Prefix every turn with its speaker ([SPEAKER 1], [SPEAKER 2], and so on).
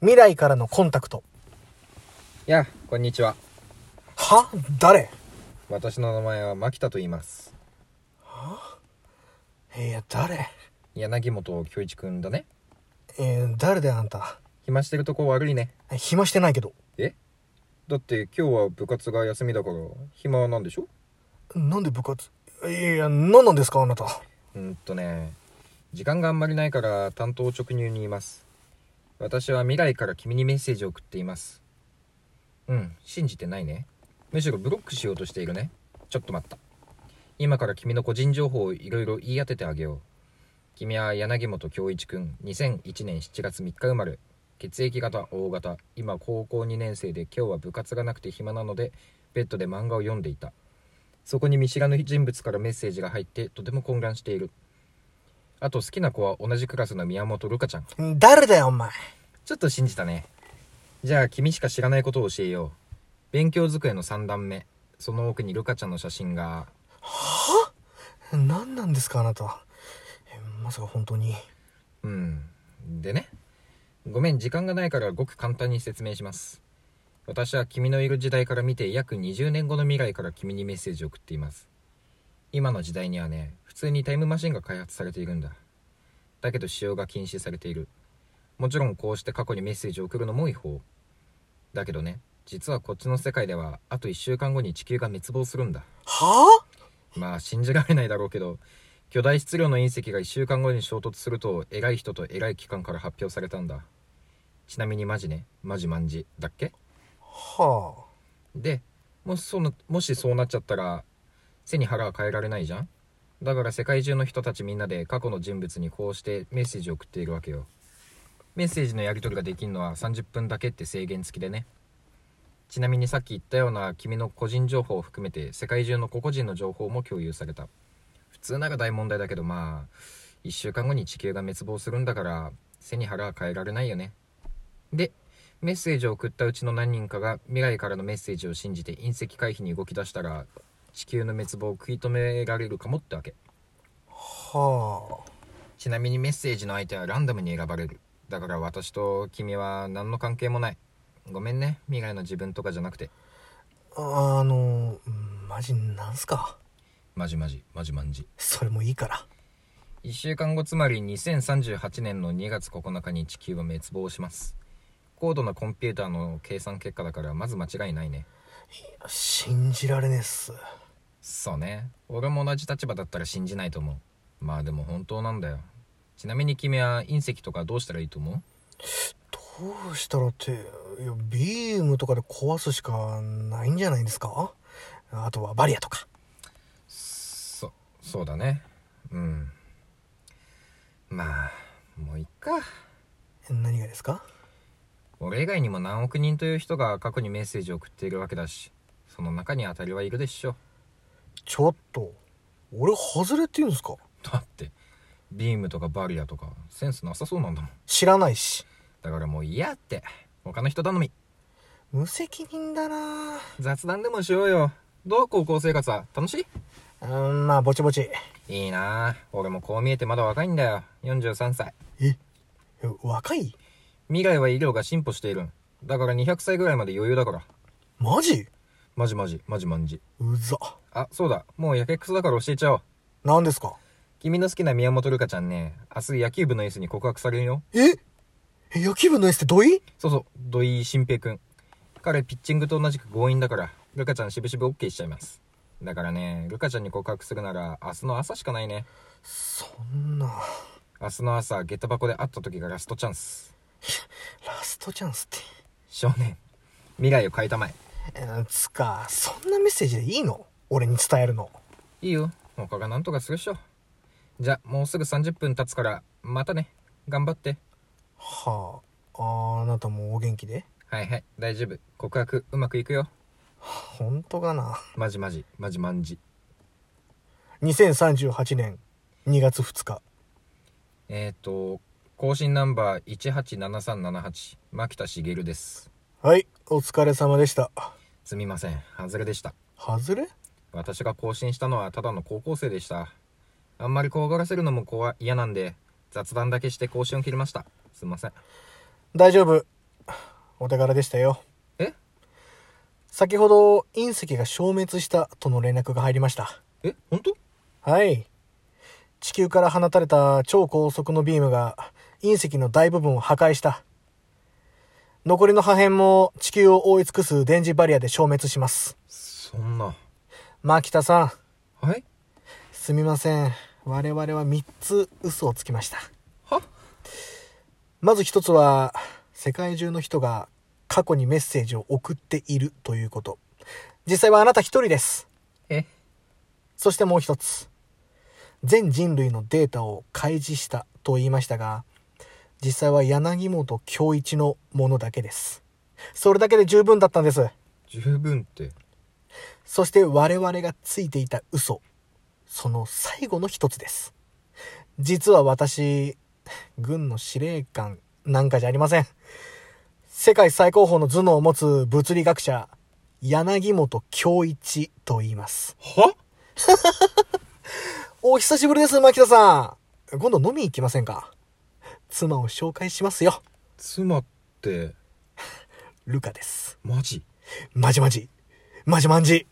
[SPEAKER 1] 未来からのコンタクト。
[SPEAKER 2] やあこんにちは
[SPEAKER 1] は誰
[SPEAKER 2] 私の名前は牧田と言います
[SPEAKER 1] いや、誰
[SPEAKER 2] 柳本恭一くんだね
[SPEAKER 1] えー、誰であんた。
[SPEAKER 2] 暇してるとこ悪いね
[SPEAKER 1] え暇してないけど。
[SPEAKER 2] えだって今日は部活が休みだから暇なんでしょ
[SPEAKER 1] なんで部活いやいや、何なんですか、あなた。
[SPEAKER 2] うーんとね時間があんまりないから担当直入にいます私は未来から君にメッセージを送っていますうん信じてないねむしろブロックしようとしているねちょっと待った今から君の個人情報をいろいろ言い当ててあげよう君は柳本恭一くん2001年7月3日生まれ血液型 O 型今高校2年生で今日は部活がなくて暇なのでベッドで漫画を読んでいたそこに見知らぬ人物からメッセージが入ってとても混乱しているあと好きな子は同じクラスの宮本ルカちゃん
[SPEAKER 1] 誰だよ、お前。
[SPEAKER 2] ちょっと信じたねじゃあ君しか知らないことを教えよう勉強机の3段目その奥にルカちゃんの写真が
[SPEAKER 1] 何なんですか、あなた。えまさか本当に。
[SPEAKER 2] うんでねごめん時間がないからごく簡単に説明します私は君のいる時代から見て約20年後の未来から君にメッセージを送っています今の時代にはね普通にタイムマシンが開発されているんだだけど使用が禁止されているもちろんこうして過去にメッセージを送るのも違法だけどね実はこっちの世界ではあと1週間後に地球が滅亡するんだ
[SPEAKER 1] は
[SPEAKER 2] まあ信じられないだろうけど巨大質量の隕石が1週間後に衝突すると偉い人と偉い機関から発表されたんだちなみにマジねマジマンジだっけ
[SPEAKER 1] あは
[SPEAKER 2] でもしそうなもしそうなっちゃったら背に腹は変えられないじゃんだから世界中の人たちみんなで過去の人物にこうしてメッセージを送っているわけよメッセージのやり取りができるのは30分だけって制限付きでねちなみにさっき言ったような君の個人情報を含めて世界中の個々人の情報も共有された普通なら大問題だけどまあ1週間後に地球が滅亡するんだから背に腹は変えられないよねでメッセージを送ったうちの何人かが未来からのメッセージを信じて隕石回避に動き出したら地球の滅亡を食い止められるかもってわけ
[SPEAKER 1] あ。はあ。
[SPEAKER 2] ちなみにメッセージの相手はランダムに選ばれるだから私と君は何の関係もないごめんね未来の自分とかじゃなくて
[SPEAKER 1] あの、うんマジなんすか。
[SPEAKER 2] マジマジマジマンジ
[SPEAKER 1] それもいいから。
[SPEAKER 2] 1週間後つまり2038年の2月9日に地球は滅亡します高度なコンピューターの計算結果だからまず間違いないね
[SPEAKER 1] 信じられねえっす。
[SPEAKER 2] そうね俺も同じ立場だったら信じないと思うまあでも本当なんだよちなみに君は隕石とかどうしたらいいと思う
[SPEAKER 1] どうしたらって、いや、ビームとかで壊すしかないんじゃないですかあとはバリアとか。
[SPEAKER 2] そそうだねうんまあもういっか
[SPEAKER 1] 何がですか
[SPEAKER 2] 俺以外にも何億人という人が過去にメッセージを送っているわけだしその中に当たりはいるでしょ
[SPEAKER 1] ちょっと、俺外れって言うんですか
[SPEAKER 2] だってビームとかバリアとかセンスなさそうなんだもん
[SPEAKER 1] 知らないし。
[SPEAKER 2] だからもう嫌って他の人頼み
[SPEAKER 1] 無責任だな
[SPEAKER 2] 雑談でもしようよどう高校生活は楽しい
[SPEAKER 1] うん、まあ、ぼちぼち。
[SPEAKER 2] いいなあ俺もこう見えてまだ若いんだよ43歳
[SPEAKER 1] え若い
[SPEAKER 2] 未来は医療が進歩しているんだから200歳ぐらいまで余裕だから
[SPEAKER 1] マジ
[SPEAKER 2] マジマジマジマンジ
[SPEAKER 1] うざ。
[SPEAKER 2] あそうだもうやけくそだから教えちゃおう
[SPEAKER 1] 何ですか
[SPEAKER 2] 君の好きな宮本ルカちゃんね明日野球部のエースに告白されるよ
[SPEAKER 1] ええ野球部のエースってどい
[SPEAKER 2] そうそう土井新平君彼ピッチングと同じく強引だからルカちゃんしぶしぶ OK しちゃいますだからねルカちゃんに告白するなら明日の朝しかないね
[SPEAKER 1] そんな。
[SPEAKER 2] 明日の朝下駄箱で会った時がラストチャンス
[SPEAKER 1] ラストチャンスって。
[SPEAKER 2] 少年未来を変えたまえ
[SPEAKER 1] えーつか、そんなメッセージでいいの俺に伝えるの。
[SPEAKER 2] いいよ他がなんとかするっしょじゃもうすぐ30分経つからまたね頑張って
[SPEAKER 1] はあ、あなたもお元気で
[SPEAKER 2] はいはい大丈夫告白うまくいくよ
[SPEAKER 1] 本当かな
[SPEAKER 2] マジマジマジマンジ
[SPEAKER 1] ?2038 年2月2日。
[SPEAKER 2] えっ、ー、と更新ナンバー187378牧田茂です
[SPEAKER 1] はい、お疲れ様でした。
[SPEAKER 2] すみません外れでした
[SPEAKER 1] 外れ
[SPEAKER 2] 私が更新したのはただの高校生でしたあんまり怖がらせるのも怖い嫌なんで雑談だけして更新を切りましたすいません
[SPEAKER 1] 大丈夫。お手柄でしたよ。
[SPEAKER 2] え
[SPEAKER 1] 先ほど隕石が消滅したとの連絡が入りました。
[SPEAKER 2] え本当
[SPEAKER 1] はい。地球から放たれた超高速のビームが隕石の大部分を破壊した。残りの破片も地球を覆い尽くす電磁バリアで消滅します。
[SPEAKER 2] そんな
[SPEAKER 1] 牧田さん、
[SPEAKER 2] はい
[SPEAKER 1] すみません。我々は3つ嘘をつきました。
[SPEAKER 2] は
[SPEAKER 1] まず一つは、世界中の人が過去にメッセージを送っているということ。実際はあなた一人です。
[SPEAKER 2] え
[SPEAKER 1] そしてもう一つ。全人類のデータを開示したと言いましたが、実際は柳本京一のものだけです。それだけで十分だったんです。
[SPEAKER 2] 十分って
[SPEAKER 1] そして我々がついていた嘘。その最後の一つです。実は私、軍の司令官なんかじゃありません。世界最高峰の頭脳を持つ物理学者、柳本京一と言います。
[SPEAKER 2] は
[SPEAKER 1] お久しぶりです、牧田さん。今度飲み行きませんか妻を紹介しますよ。
[SPEAKER 2] 妻って
[SPEAKER 1] ルカです。
[SPEAKER 2] マジ
[SPEAKER 1] まじまじ。まじまんじ。